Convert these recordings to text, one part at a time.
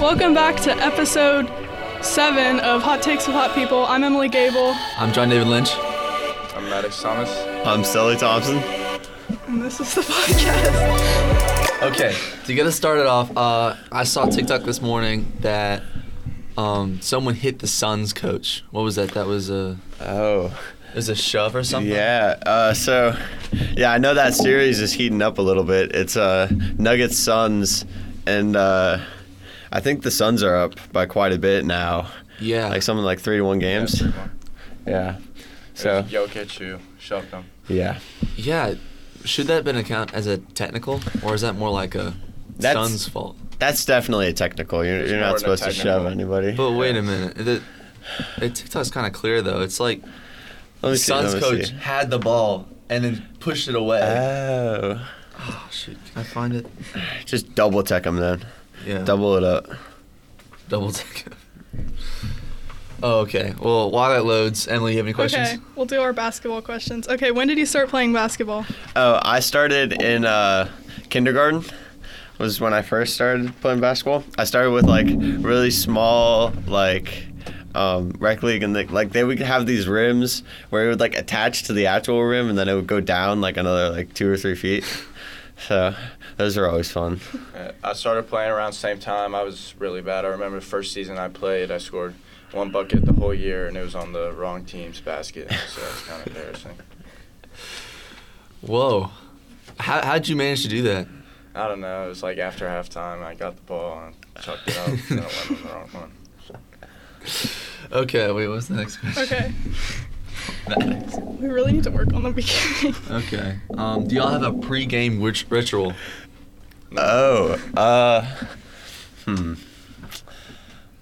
Welcome back to episode seven of Hot Takes with Hot People. I'm Emily Gable, I'm John David Lynch. I'm Maddox Thomas. I'm Sally Thompson. and this is the podcast. Okay, to get us started off, uh, I saw TikTok this morning that um, someone hit the Suns coach. What was that? That was a Oh, it was a shove or something. yeah. Uh, so, yeah, I know that series is heating up a little bit. It's uh, Nuggets Suns, and uh, I think the Suns are up by quite a bit now. Yeah. Like something like three to one games. Yeah. So So Jokic who shoved him. yeah, yeah. Should that been account as a technical, or is that more like a That's- Suns fault? that's definitely a technical. You're, It's you're more not than supposed to technical. shove anybody. But wait a minute. The, the TikTok's kind of clear though. It's like Let the me see, Suns let me coach see. had the ball and then pushed it away. Oh, oh shoot! Can I find it? just double tech them then. Yeah. Double it up. Double take. oh, okay. Well, while that loads, Emily, you have any questions? Okay, we'll do our basketball questions. Okay, when did you start playing basketball? Oh, I started in uh, kindergarten. Was when I first started playing basketball. I started with like really small like um, rec league, and like like they would have these rims where it would like attach to the actual rim, and then it would go down like another like two or three feet. So those are always fun. Uh, I started playing around the same time. I was really bad. I remember the first season I played, I scored one bucket the whole year, and it was on the wrong team's basket. So it's kind of embarrassing. Whoa. How, how'd you manage to do that? I don't know. It was like after halftime, I got the ball and chucked it up, and it went on the wrong one. Okay, wait, what's the next question? Okay, we really need to work on the beginning. okay. Um, do y'all have a pre-game rit- ritual? Oh, uh, hmm.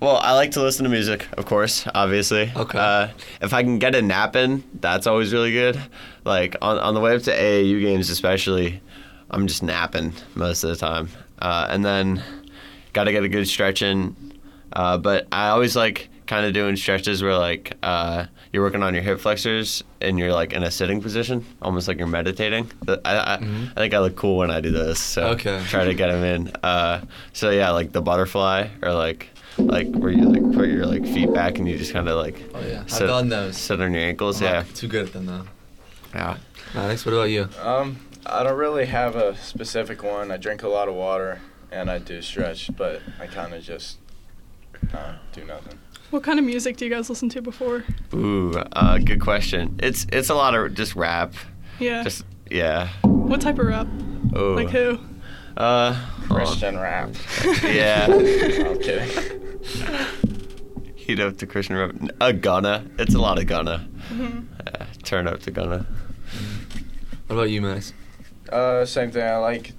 Well, I like to listen to music, of course, obviously. Okay. Uh, if I can get a nap in, that's always really good. Like on, on the way up to AAU games, especially, I'm just napping most of the time. Uh, and then got to get a good stretch in. Uh, but I always like kind of doing stretches where like uh, you're working on your hip flexors and you're like in a sitting position, almost like you're meditating. But I, I, I think I look cool when I do this. So Okay. try to get them in. Uh, so yeah, like the butterfly or like like where you like put your like feet back and you just kind of like Oh yeah, I've sit- done those. Uh-huh. sit on your ankles. I'm yeah, not too good at them though. yeah. Maddox, what about you? Um, I don't really have a specific one. I drink a lot of water, and I do stretch, but I kind of just uh, do nothing. What kind of music do you guys listen to before? Ooh, uh, good question. It's it's a lot of just rap. Yeah. Just yeah. what type of rap? Ooh. Like who? Uh, Christian rap. yeah. I'm kidding. Heat up to Christian rap. A Gunna. It's a lot of Gunna. Yeah, turn up to Gunna. What about you, Maddox? Uh, same thing. I like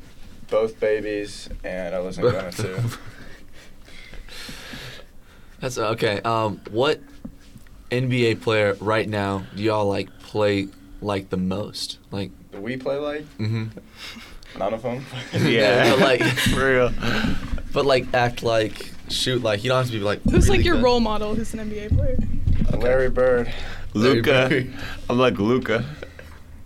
both babies, and I listen to Gunna too. That's okay. Um, what NBA player right now do y'all like play like the most? Like, Do we play like mm-hmm. none of them? Yeah. but like, For real. but like, act like, shoot like. You don't have to be like. Who's really like your good. role model who's an NBA player? Larry Bird. Luca. I'm like Luca.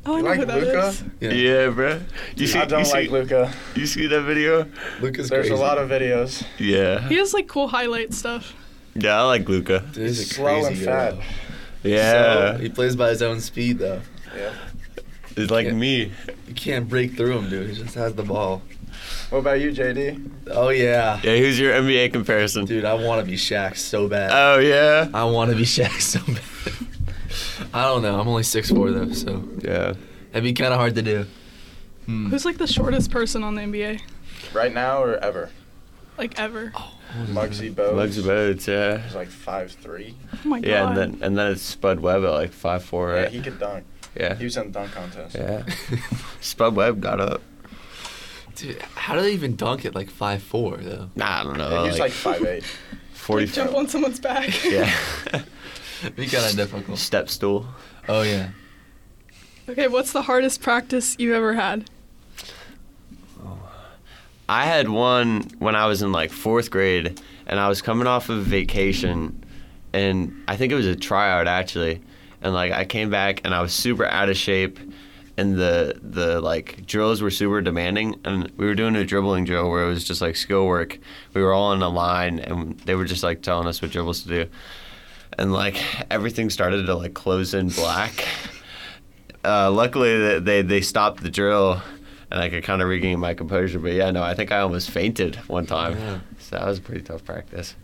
Oh, I You know like who that is. Luka? Yeah. Yeah, bro. You see, I you don't see, like Luca. You see that video? Luca's There's a lot of videos. Yeah. He has like cool highlight stuff. Yeah, I like Luca. He's slow and fat. Yeah. he plays by his own speed though. Yeah. it's like Yeah. me. You can't break through him, dude. He just has the ball. What about you, JD? Oh yeah, Yeah, who's your NBA comparison? dude. I want to be Shaq so bad. Oh yeah. I want to be Shaq so bad. I don't know. I'm only 6'4 though, so Yeah. that'd be kind of hard to do. Hmm. Who's like the shortest person on the NBA? Right now or ever? Like ever? Oh Muggsy Bogues. Lugs Boats, yeah. He's like five three. Oh my god. Yeah, and then and then it's Spud Webb at like five four, Yeah, right? he could dunk. Yeah. He was in the dunk contest. yeah. Spud Webb got up. Dude, how do they even dunk it like 5'4 though? Nah, I don't know. And he was like five eight. forty. Like, jump on someone's back. yeah. It'd be kind of difficult. Step stool. Oh yeah. Okay, what's the hardest practice you ever had? I had one when I was in like fourth grade, and I was coming off of vacation, and I think it was a tryout actually, and like I came back and I was super out of shape, and the the like drills were super demanding and we were doing a dribbling drill where it was just like skill work we were all in a line and they were just like telling us what dribbles to do and like everything started to like close in black uh, luckily they, they they stopped the drill and I could kind of regain my composure but yeah no I think I almost fainted one time Yeah. so that was a pretty tough practice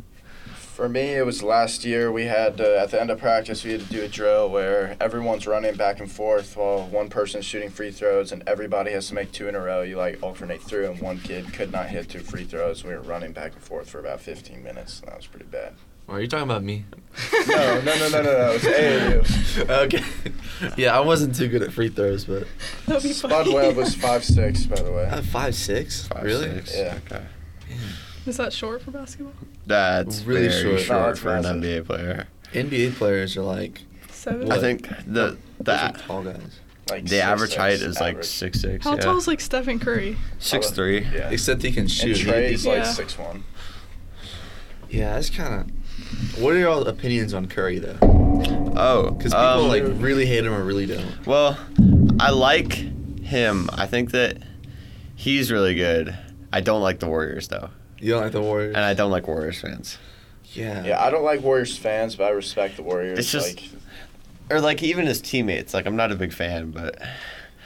For me, it was last year. We had uh, at the end of practice, we had to do a drill where everyone's running back and forth while one person's shooting free throws, and everybody has to make two in a row. You like alternate through, and one kid could not hit two free throws. We were running back and forth for about 15 minutes, and that was pretty bad. Are you talking about me? No, no, no, no, no, no. It's AAU. okay. Yeah, I wasn't too good at free throws, but That'd be Spud funny. Webb was five six, by the way. uh, five six. Five, really? six, Yeah. okay Is that short for basketball? that's Really very short. Oh, short, No, it's for an massive. NBA player NBA players are like Seven. I think the those are the tall guys. Like the six, average six, height is like average. six six. How yeah. tall is like Stephen Curry? Six three. Yeah. Except he can shoot. And Trey's like Yeah. six one. yeah, that's kind of. What are your opinions on Curry though? Oh, Because people um, like really hate him or really don't. Well, I like him. I think that he's really good. I don't like the Warriors though, You don't like the Warriors. and I don't like Warriors fans. yeah. Uh, Yeah, I don't like Warriors fans, but I respect the Warriors. It's just- like, Or like even his teammates. Like I'm not a big fan, but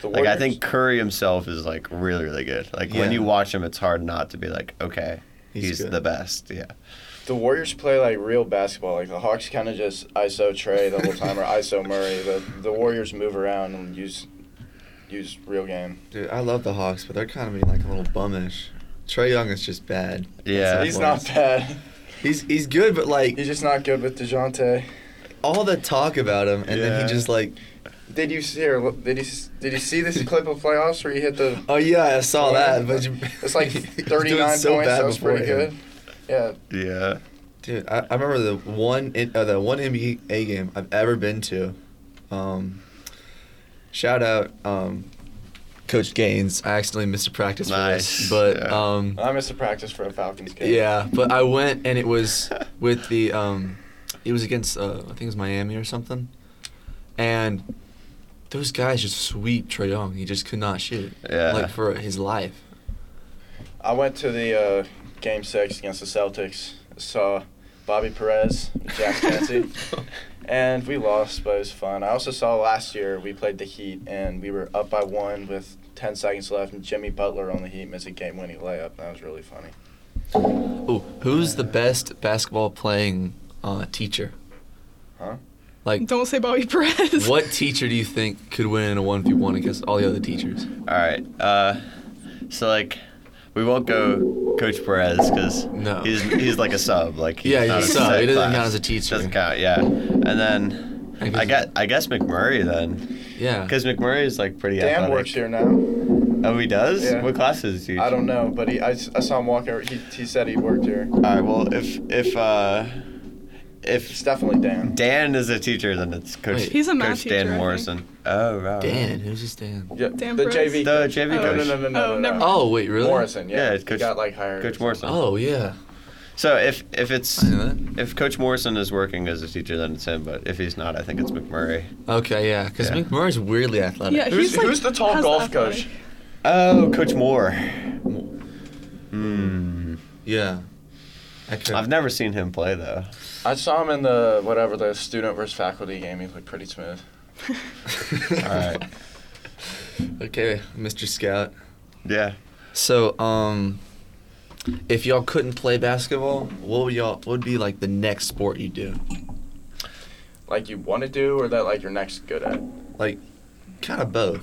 the like Warriors, I think Curry himself is like really really good. Like when Yeah. you watch him, it's hard not to be like, okay, He's he's, good. the best. Yeah. The Warriors play like real basketball. Like the Hawks kind of just ISO Trey the whole time or ISO Murray. The the Warriors move around and use use real game. Dude, I love the Hawks, but they're kind of being like a little bumish. Trey Young is just bad. Yeah. he's not bad. He's he's good, but like He's just not good with Dejounte. all the talk about him, and then Yeah. he just like, Did you see or did you did you see this clip of playoffs where he hit the? oh yeah, I saw that, but you, It's like he was doing thirty nine so points. bad That was pretty before him. good. Yeah, Yeah. Dude, I, I remember the one in- uh, the one NBA game I've ever been to. Um, shout out um, Coach Gaines. I accidentally missed a practice Nice, for this, but yeah. um, I missed a practice for a Falcons game. Yeah, but I went and it was with the um, it was against uh, I think it was Miami or something, and those guys just sweep Trey Young. He just could not shoot. Yeah. like for his life. I went to the uh, game six against the Celtics. Saw Bobby Perez, Jack Fancy, and we lost, but it was fun. I also saw last year we played the Heat and we were up by one with ten seconds left, and Jimmy Butler on the Heat missed a game-winning layup. That was really funny. Ooh, who's the best basketball playing uh, teacher? Huh? Like, Don't say Bobby Perez. what teacher do you think could win in a one v one against all the other teachers? All right. Uh, so like, we won't go Coach Perez because No. he's he's like a sub. Like Yeah, not he's a in the sub. set He doesn't class. count as a teacher. Doesn't count. Yeah. And then I guess- I guess I guess McMurray then Yeah, because McMurray is like pretty Dan athletic. works here now. Oh, he does. Yeah. What classes do you? I don't know, but he I, s- I saw him walk over. He, he said he worked here. All right. Well, if if uh, if It's definitely Dan. Dan is a teacher, then it's Coach. Wait. He's a math Coach Dan teacher, I Morrison. Oh, wow. Dan. Who's this Dan? Yeah, Dan the Perez? JV. The JV Oh. no, coach. no, no, no, no, Oh, no, never no. mind. Oh wait, really? Morrison. Yeah, Yeah, he Coach- got like hired. Coach Morrison. Oh yeah. So if if it's I knew that. if Coach Morrison is working as a teacher, then it's him. But if he's not, I think it's McMurray. Okay, yeah, because Yeah. McMurray's weirdly athletic. Yeah, Who's- he's like, who's the tall has golf athletic. coach? Oh, Coach Moore. Hmm. Yeah. I could. I've never seen him play though. I saw him in the whatever the student versus faculty game. He looked pretty smooth. All right. Okay, Mr. Scout. Yeah. So, um, if y'all couldn't play basketball, what would y'all what would be like the next sport you do? Like you want to do, or that like you're next good at. Like, kind of both.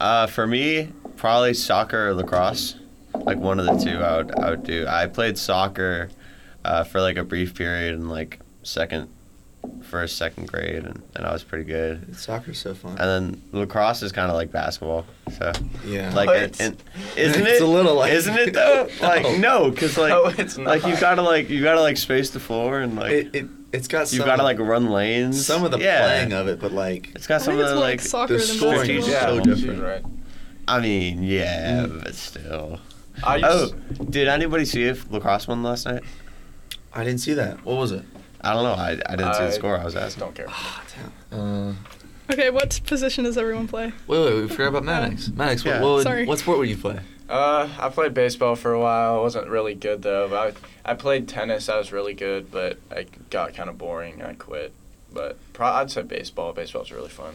Uh, for me, probably soccer or lacrosse. Like one of the two, I would I would do. I played soccer uh, for like a brief period in like second, first second grade, and, and I was pretty good. Soccer's so fun. And then lacrosse is kind of like basketball, so. yeah. Like, What? it, it- isn't it? It's a little like- Isn't it though? No. Oh. Like, no, because like, No, it's like you not. gotta like you gotta like space the floor and like it, it it's got you some, gotta like run lanes. some of the Yeah. playing of it, but like It's I got some think of it's the more like. like scoring. the scoring basketball. is Yeah. so She's different. Right. I mean, yeah, Mm. but still. I used, Oh, did anybody see if lacrosse won last night? I didn't see that. What was it? Ah, I don't know. I, I didn't see I the score. I was just asking. don't care. Uh, Okay, what position does everyone play? Wait, wait, we forgot about Maddox. Maddox, what, Yeah. what, would- Sorry. what sport would you play? Uh, I played baseball for a while. I wasn't really good though. But I, I played tennis. I was really good, but I got kind of boring. I quit. But pro- I'd say baseball. Baseball's really fun.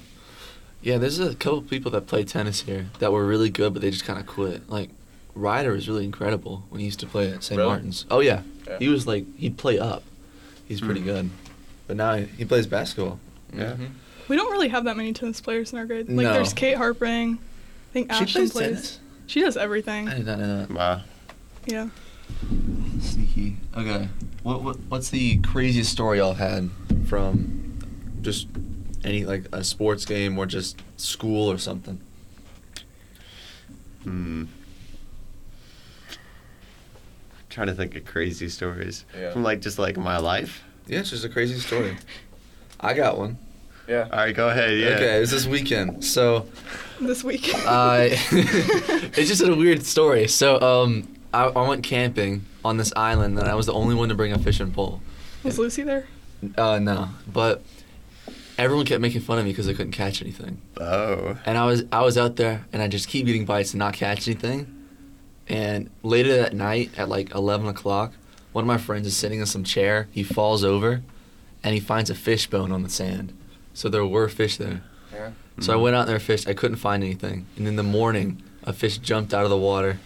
Yeah, there's a couple people that play tennis here that were really good, but they just kind of quit. Like, Ryder was really incredible when he used to play at St. Really? Martin's. Oh yeah. Yeah. he was like he'd play up. He's pretty good, Hmm. but now he, he plays basketball. Yeah. Mhm. We don't really have that many tennis players in our grade. Like, No. there's Kate Harpring. I think Ashton She does everything. I did not know that. Wow. Yeah. Sneaky. Okay, what, what what's the craziest story y'all had from just any like a sports game or just school or something? Hmm. Trying to think of crazy stories Yeah. from like just like my life. Yeah, it's just a crazy story. I got one. Yeah. All right, go ahead. Yeah. Okay, it was this weekend. So. This week. Uh, it's just a weird story. So, um, I, I went camping on this island, and I was the only one to bring a fishing pole. Was Lucy there? Uh, no, but everyone kept making fun of me because I couldn't catch anything. Oh. And I was I was out there, and I just keep getting bites and not catch anything. And later that night, at like eleven o'clock, one of my friends is sitting in some chair. He falls over, and he finds a fish bone on the sand. So there were fish there. Yeah. So I went out there and fished. I couldn't find anything. And in the morning, a fish jumped out of the water,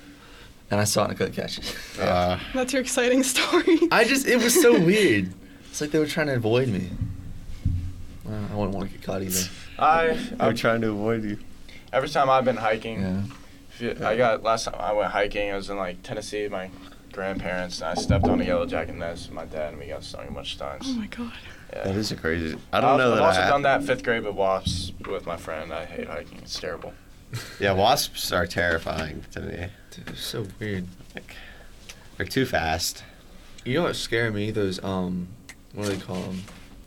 and I saw it and I couldn't catch it. Uh, That's your exciting story. I just, it was so weird. It's like they were trying to avoid me. Well, I wouldn't want to get caught either. I, I'm I trying to avoid you. every time I've been hiking, Yeah. if you- I got last time I went hiking. I was in like Tennessee with my grandparents, and I stepped on a yellow jacket nest with my dad, and we got so much stunts. oh my god. Yeah. That is a crazy. I don't I've, know I've that also I- done that fifth grade with wasps with my friend. I hate hiking. It's terrible. Yeah, wasps are terrifying to me. Dude, it's so weird. Like, they're too fast. You know what scared me? Those, um, what do they call them?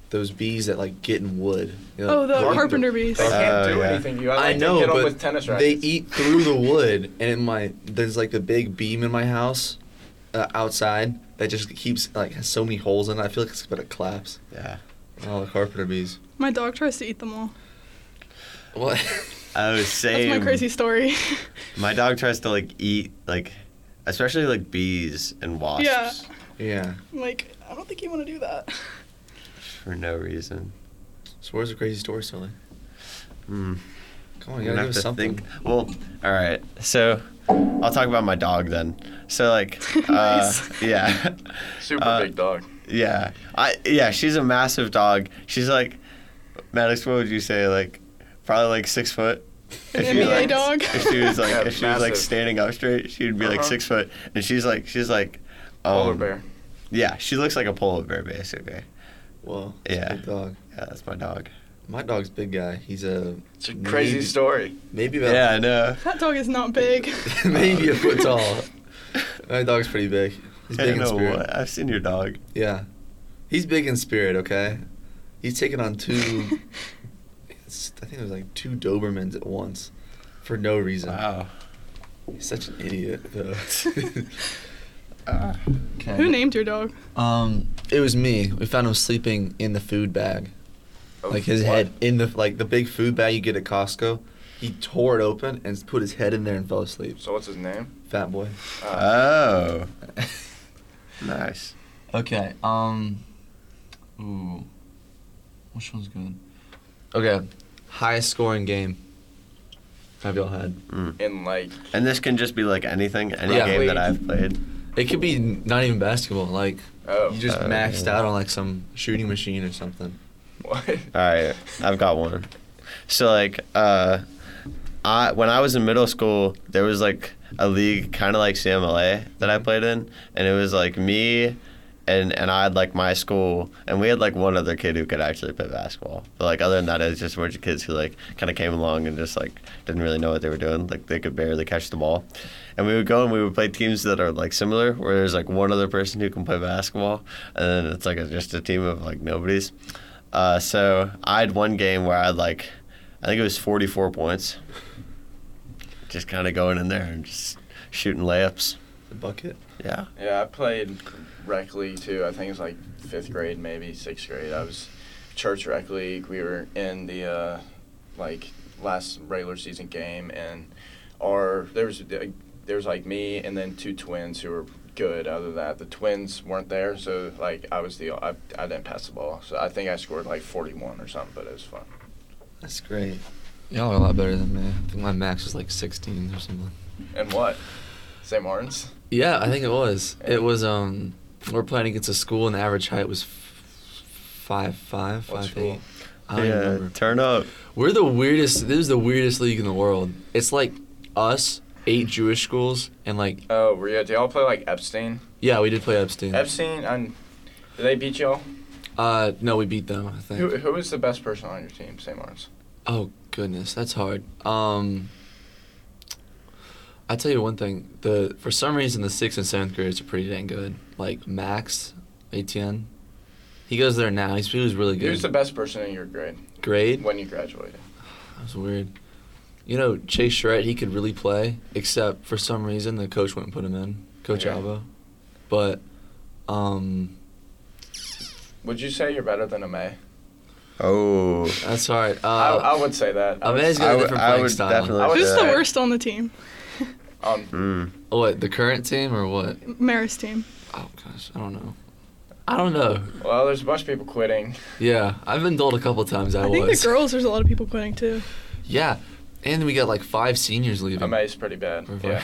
Those bees that like get in wood. You know, Oh, the like- carpenter bees. They can't Oh, do yeah. anything to you. I, I like, know, they get on but with tennis they rackets. eat through the wood, and in my there's like a big beam in my house, uh, outside that just keeps like has so many holes in it. I feel like it's about to collapse. Yeah. Oh, the carpenter bees. My dog tries to eat them all. What? Oh, same. That's my crazy story. My dog tries to like eat like, especially like bees and wasps Yeah. yeah. I'm like, I don't think you want to do that. for no reason. So where's the crazy story, Sully? Hmm. Come on, I'm Oh, you gotta gonna give us something. Well, all right. So, I'll talk about my dog then. So like, uh, Nice. yeah, Super uh, big dog. yeah, I yeah. She's a massive dog. She's like, Maddox. What would you say? Like, probably like six foot. An she, NBA like- dog. If she was like, Yeah, if she was like massive. standing up straight, she'd be like Uh-huh. six foot, and she's like, she's like, um, Polar bear. Yeah, she looks like a polar bear basically. Whoa. Yeah. Yeah. Big dog. Yeah, that's my dog. My dog's big guy. He's a It's a crazy maybe- story. maybe about Yeah, I know. That dog is not big. maybe a foot tall. My dog's pretty big. He's I big in know spirit. what. I've seen your dog. Yeah. He's big in spirit, okay? He's taking on two, it's- I think it was like two Dobermans at once for no reason. Wow. He's such an idiot, though. Uh, okay. Who named your dog? Um, it was me. We found him sleeping in the food bag. Oh, Like his what? head in the, like the big food bag you get at Costco. He tore it open and put his head in there and fell asleep. So what's his name? Fat boy. Uh, oh, nice. Okay. Um. Ooh. Which one's good? Okay. Highest scoring game. Have y'all had? in like And this can just be like anything, any Yeah. game that I've played. It could be not even basketball. Like oh you just Uh, maxed yeah. out on like some shooting machine or something. what? All right, I've got one. So like, uh, I when I was in middle school, there was like a league kind of like CMLA that I played in, and it was like me, and and I had like my school, and we had like one other kid who could actually play basketball. But like other than that, it was just a bunch of kids who like kind of came along and just like didn't really know what they were doing. Like they could barely catch the ball, and we would go and we would play teams that are like similar, where there's like one other person who can play basketball, and then it's like a, just a team of like nobodies. Uh, so I had one game where I had like, I think it was 44 points. Just kind of going in there and just shooting layups. The bucket. Yeah. Yeah, I played rec league too. I think it was like fifth grade, maybe sixth grade. I was church rec league. We were in the uh, like last regular season game, and our there was there was like me and then two twins who were good. Other than that, the twins weren't there, so like I was the I, I didn't pass the ball, so I think I scored like 41 or something, but it was fun. That's great. Y'all are a lot better than me. I think my max was like 16 or something. And what? St. Martin's. Yeah, I think it was. It was um we we're playing against a school and the average height was f- five five What five school? eight. I don't even remember. turn up. We're the weirdest. This is the weirdest league in the world. It's like us, eight Jewish schools, and like Oh, were you? Do y'all play like Epstein? yeah, we did play Epstein. Epstein and did they beat y'all? Uh, no, we beat them. I think. Who who was the best person on your team? St. Martin's. Oh goodness, that's hard. Um, I tell you one thing. The for some reason the sixth and seventh graders are pretty dang good. Like Max, ATN, he goes there now. He's he was really Who's good. the best person in your grade Grade when you graduated? that was weird. You know Chase Shrett, he could really play, except for some reason the coach wouldn't put him in, Coach Okay. Alba. But um, Would you say you're better than a May? Oh, that's hard. Uh, I, I would say that. I would Amay's say- got a I would- different I playing would style. definitely- I would Who's the say- worst on the team? Um, mm. What the current team or what? Maris team. Oh gosh, I don't know. I don't know. well, there's a bunch of people quitting. Yeah, I've been told a couple times I, I think was. the girls. There's a lot of people quitting too. yeah, and we got like five seniors leaving. A May's pretty bad. We're Yeah.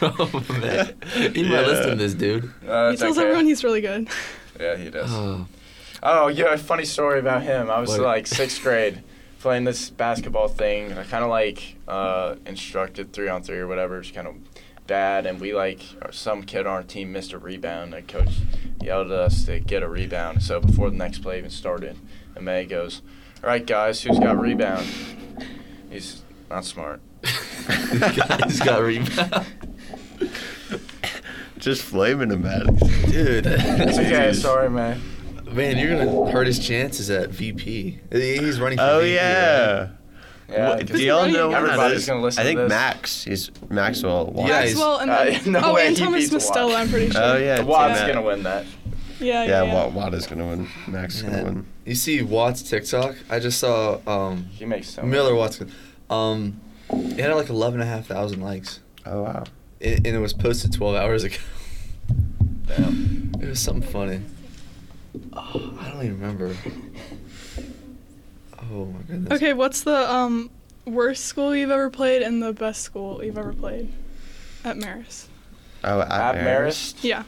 like- Oh, man. You might Yeah. listen to this dude. Uh, he it's tells okay. everyone he's really good. Yeah, he does. Oh, Oh, yeah, a funny story about him. I was What? like sixth grade playing this basketball thing. and I kind of like uh, instructed three on three or whatever. It's kind of bad. And we like, some kid on our team missed a rebound. The coach yelled at us to get a rebound. So before the next play even started, and May goes, All right, guys, who's got rebound? He's not smart. this guy's got rebound. just flaming him at Dude. It's okay. Sorry, May. Man, you're gonna hurt his chances at VP. He's running for Oh VP. yeah. Yeah, What- I do guess- y'all know what that Everybody's is? gonna listen I think to this. Max. He's Maxwell. Watts. Yeah, he's- Maxwell and uh, then no oh, way and he Thomas beats Watt. Mastella. I'm pretty sure. Oh yeah. Watt's yeah. gonna win that. Yeah, Yeah, yeah. Watt, Watt is gonna win. Max is gonna Man. win. You see Watts TikTok? I just saw um, He makes so much. Miller Watson. Um, it had like 11,500 likes. Oh wow. It, and it was posted 12 hours ago. Damn. It was something funny. Oh, I don't even remember. Oh my goodness. Okay, what's the um, worst school you've ever played and the best school you've ever played at Maris? Oh, at At Maris. Marist? Yeah,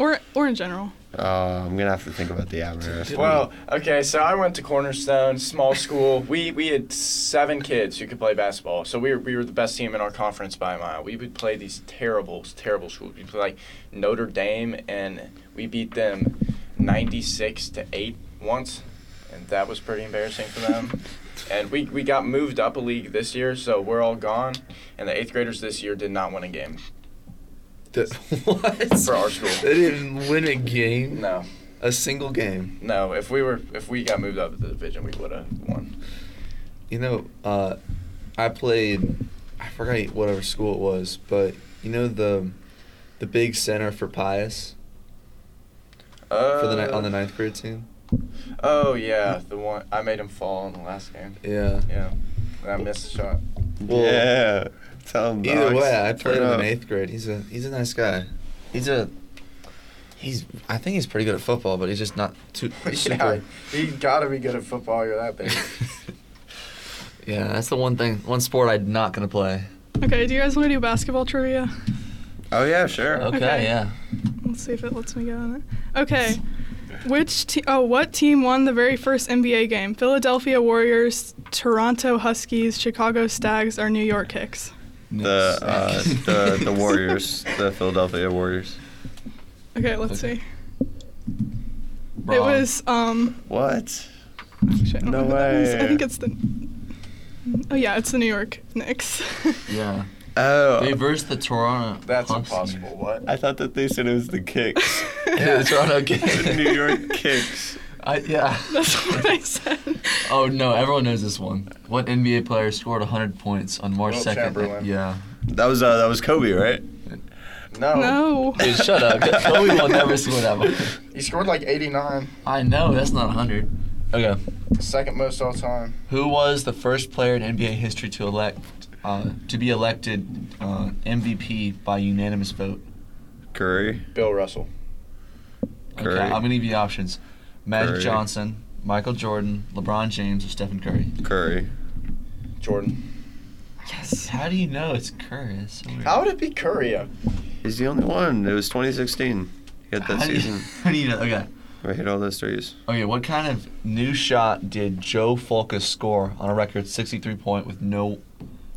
or or in general. Oh, I'm gonna have to think about the at Maris. Well, okay, so I went to Cornerstone, small school. We we had seven kids who could play basketball, so we were, we were the best team in our conference by a mile. We would play these terrible, terrible schools. We play like Notre Dame, and we beat them ninety six to eight once, and that was pretty embarrassing for them. and we we got moved up a league this year, so we're all gone. And the eighth graders this year did not win a game. The- what? For our school. They didn't win a game. No, A single game. no. If we were if we got moved up to the division, we would have won. You know, uh, I played. I forgot whatever school it was, but you know the, the big center for Pius Uh, for the ni- on Uh, the ninth grade team. Oh yeah, the one I made him fall in the last game. Yeah. Yeah, and I missed the shot. Well, yeah. Tell him Either Max, way, I played turn him in up. eighth grade. He's a he's a nice guy. He's a he's I think he's pretty good at football, but he's just not too yeah, super. you gotta be good at football. You're that big. yeah, that's the one thing, one sport I'm not gonna play. Okay, do you guys want to do basketball trivia? Oh yeah, sure. Okay, Okay. yeah. Let's see if it lets me go on it. Okay, which te- oh what team won the very first NBA game? Philadelphia Warriors, Toronto Huskies, Chicago Stags, or New York Kicks? The uh, the the Warriors, the Philadelphia Warriors. Okay, let's Okay. see. It was um. What? Shit, I don't No know what that is. way. I think it's the. Oh yeah, it's the New York Knicks. yeah. They Oh, versed the Toronto. That's Huskies. impossible. What? I thought that they said it was the Kicks. Yeah, the Toronto Kicks. the New York Kicks. I, yeah. That's what I said. Oh no! Everyone knows this one. What NBA player scored 100 points on March Wilt 2nd? Chamberlain. Yeah. That was uh, that was Kobe, right? No. No. Dude, shut up. Kobe will never score that much. He scored like 89. I know that's not 100. Okay. Second most all time. Who was the first player in NBA history to elect uh, to be elected uh, MVP by unanimous vote? Curry. Bill Russell. Curry. Okay, I'm gonna give you the options: Magic Curry. Johnson, Michael Jordan, LeBron James, or Stephen Curry. Curry. Jordan. Yes. How do you know it's Curry? That's so weird. How would it be Curry? uh, He's the only one. It was 2016. He had that How do you- season how do you know? Okay. where he hit all those threes. Okay. What kind of new shot did Joe Fulkus score on a record 63 point with no,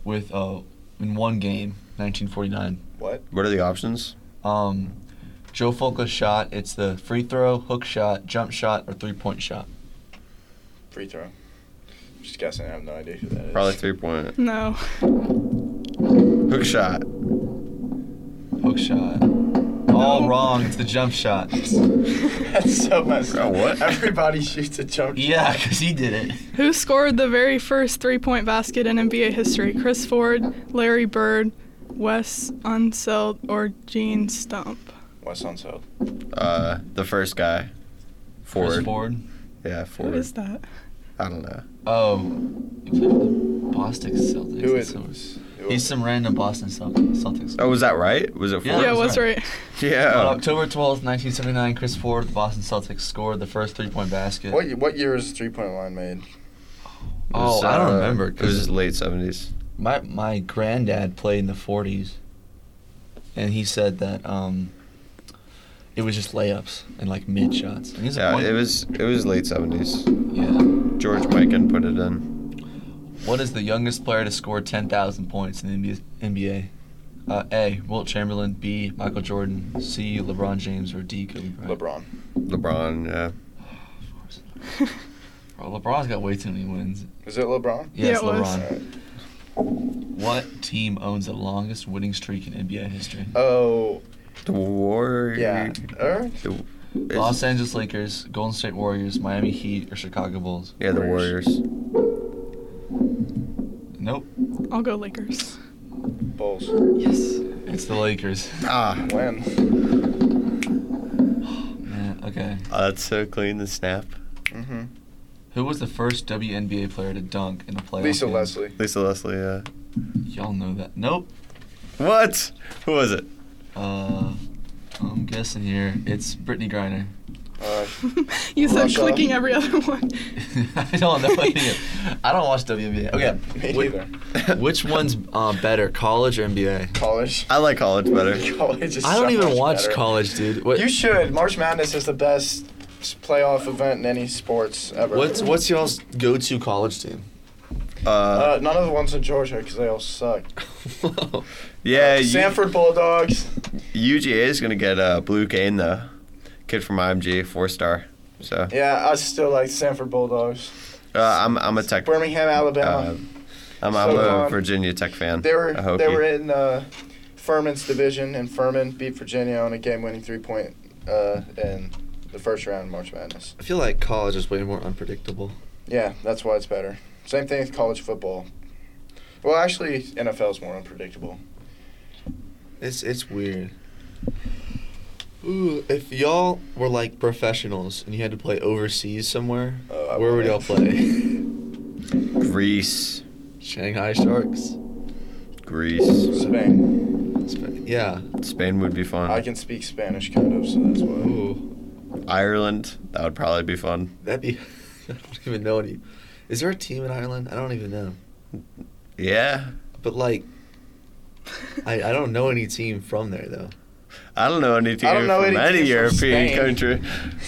with uh, in one game, 1949? What? What are the options? Um, Joe Fulkus shot. It's the free throw, hook shot, jump shot, or three point shot. Free throw. Just guessing. I have no idea who that is. Probably three point. No. Hook shot. Hook shot. All wrong. It's the jump shot. That's so messed Bro, up. what? Everybody shoots a jump shot. Yeah, because he did it. Who scored the very first three point basket in NBA history? Chris Ford, Larry Bird, Wes Unseld, or Gene Stump? Wes Unseld. Uh, the first guy. Chris Forward. Ford. Yeah, Who forward. is that? I don't know. Oh, he played with the Boston Celtics. Who That's is so- who- He's some random Boston Celt- Celtics. Oh, was that right? Was it Yeah. forward? yeah, that's what's right. right. On Yeah. October 12th, 1979, Chris Ford, Boston Celtics, scored the first three-point basket. What, y- what year was the three point line made? It Oh, was, I don't uh, remember. It was Because late 70s. my, my granddad played in the 40s, and he said that um, it was just layups and, like, mid-shots. And he's a Yeah, point- it was it was late 70s. Yeah. George Mikan put it in. What is the youngest player to score 10,000 points in the NBA? Uh, a. Wilt Chamberlain. B. Michael Jordan. C. LeBron James. Or D. Kobe Bryant. LeBron. LeBron, yeah. Bro, Oh, LeBron's got way too many wins. Is it LeBron? Yeah, Yes, it was. LeBron. Alright. What team owns the longest winning streak in NBA history? Oh, The Warriors. yeah. Alright. The, is- Los Angeles Lakers, Golden State Warriors, Miami Heat, or Chicago Bulls? yeah, the Warriors. Warriors. Nope. I'll go Lakers. Bulls. Yes. It's the Lakers. Ah, When? Yeah, okay. oh, that's so clean, the snap. Mm-hmm. Who was the first WNBA player to dunk in the playoff? Lisa game? Leslie. Lisa Leslie, yeah. Y'all know that. Nope. What? Who was it? Uh, I'm guessing here. It's Brittany Griner. Alright. you said Russia. clicking every other one. I don't know any of I don't watch WNBA. Okay. Me Wh- neither. Which one's uh, better, college or NBA? College. I like college better. College is I don't so even much watch better. college, dude. What, You should. March Madness is the best s- playoff event in any sports ever. what's what's y'all's go-to college team? Uh, Uh, none of the ones in Georgia because they all suck. yeah, uh, U- Sanford Bulldogs. UGA is gonna get uh, Blue Kane though. Kid from IMG, four star. So Yeah, I still like Sanford Bulldogs. uh, I'm I'm a Tech. Birmingham, Alabama. Uh, I'm, I'm So, a um, Virginia Tech fan. they were Uh, a Hokie. they were in uh, Furman's division, and Furman beat Virginia on a game-winning three-point uh, in the first round of March Madness. I feel like college is way more unpredictable. Yeah, that's why it's better. Same thing with college football. Well, actually, NFL's more unpredictable. It's it's weird. Ooh, if y'all were like professionals and you had to play overseas somewhere, Oh, I where would y'all wouldn't. play? Greece. Shanghai Sharks. Greece. Spain. Sp- Yeah. Spain would be I fun. can speak Spanish kind of, so that's why. Ooh, Ireland. That would probably be fun. that'd be. I don't even know any. Is there a team in Ireland? I don't even know. Yeah. But like, I, I don't know any team from there though. I don't know any team don't know from any any team from European Spain. country.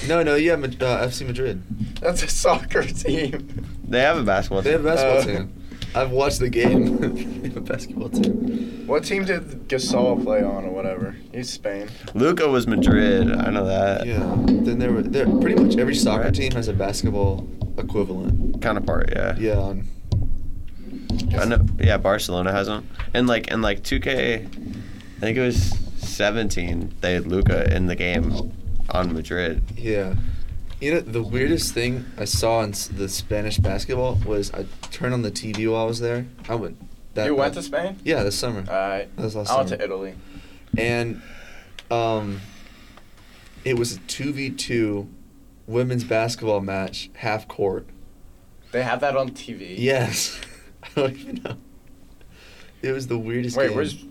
No, no, yeah, Mad- uh, FC Madrid. That's a soccer team. They have a basketball They have a team. basketball Uh. team. I've watched the game. they have a basketball team. What team did Gasol play on or whatever? He's Spain. Luca was Madrid. I know that. Yeah. Then there were there pretty much every soccer Right. team has a basketball equivalent. Counterpart. Yeah. Yeah. On, I know. Yeah. Barcelona has one. And like and like 2K. I think it was 17. They had Luca in the game on Madrid. yeah. You know the weirdest thing I saw in s- the Spanish basketball was I turned on the TV while I was there. I went. That, you went that- to Spain? Yeah, this summer. All right. That was last I went summer. to Italy. and um, it was a two v two women's basketball match half court. They have that on TV. Yes. I don't even know. It was the weirdest Wait, game. where's?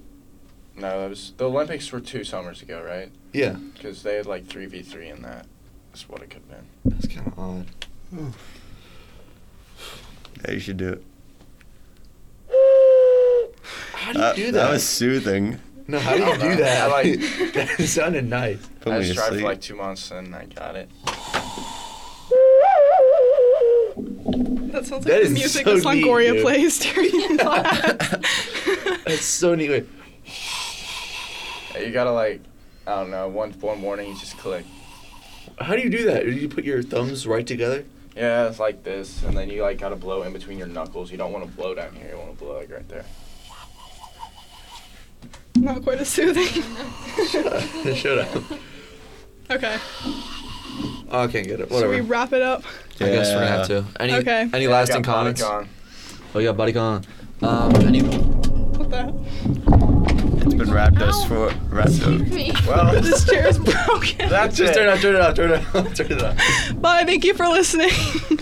No, that was the Olympics were two summers ago, right? Yeah. Because they had like three v three in that. That's what it could have been. That's kind of odd. Yeah, you should do it. How do you do that? Uh, was soothing. no, how do I you don't know. do that? I like- that sounded nice. Put I me just to tried sleep. for like two months and I got it. That sounds That like the is music so that Longoria neat, dude. plays during class. That's so neat. Wait, You gotta like, I don't know. One one morning you just click. how do you do that? Do you put your thumbs right together? Yeah, it's like this, and then you like gotta blow in between your knuckles. You don't want to blow down here. You want to blow like right there. Not quite as soothing. Shut up. Okay, Oh, I can't get it. should Whatever. we wrap it up? I guess we're gonna have Yeah. to. Any Okay. any Yeah, I lasting got Bonnie comments? gone. Oh yeah, buddy gone. Um, any What the hell? It's been wrapped us Ow. for wrapped up. Me. Well, This chair is broken. that's just it. turn it off, turn it off, turn it off, turn it off. Bye. Thank you for listening.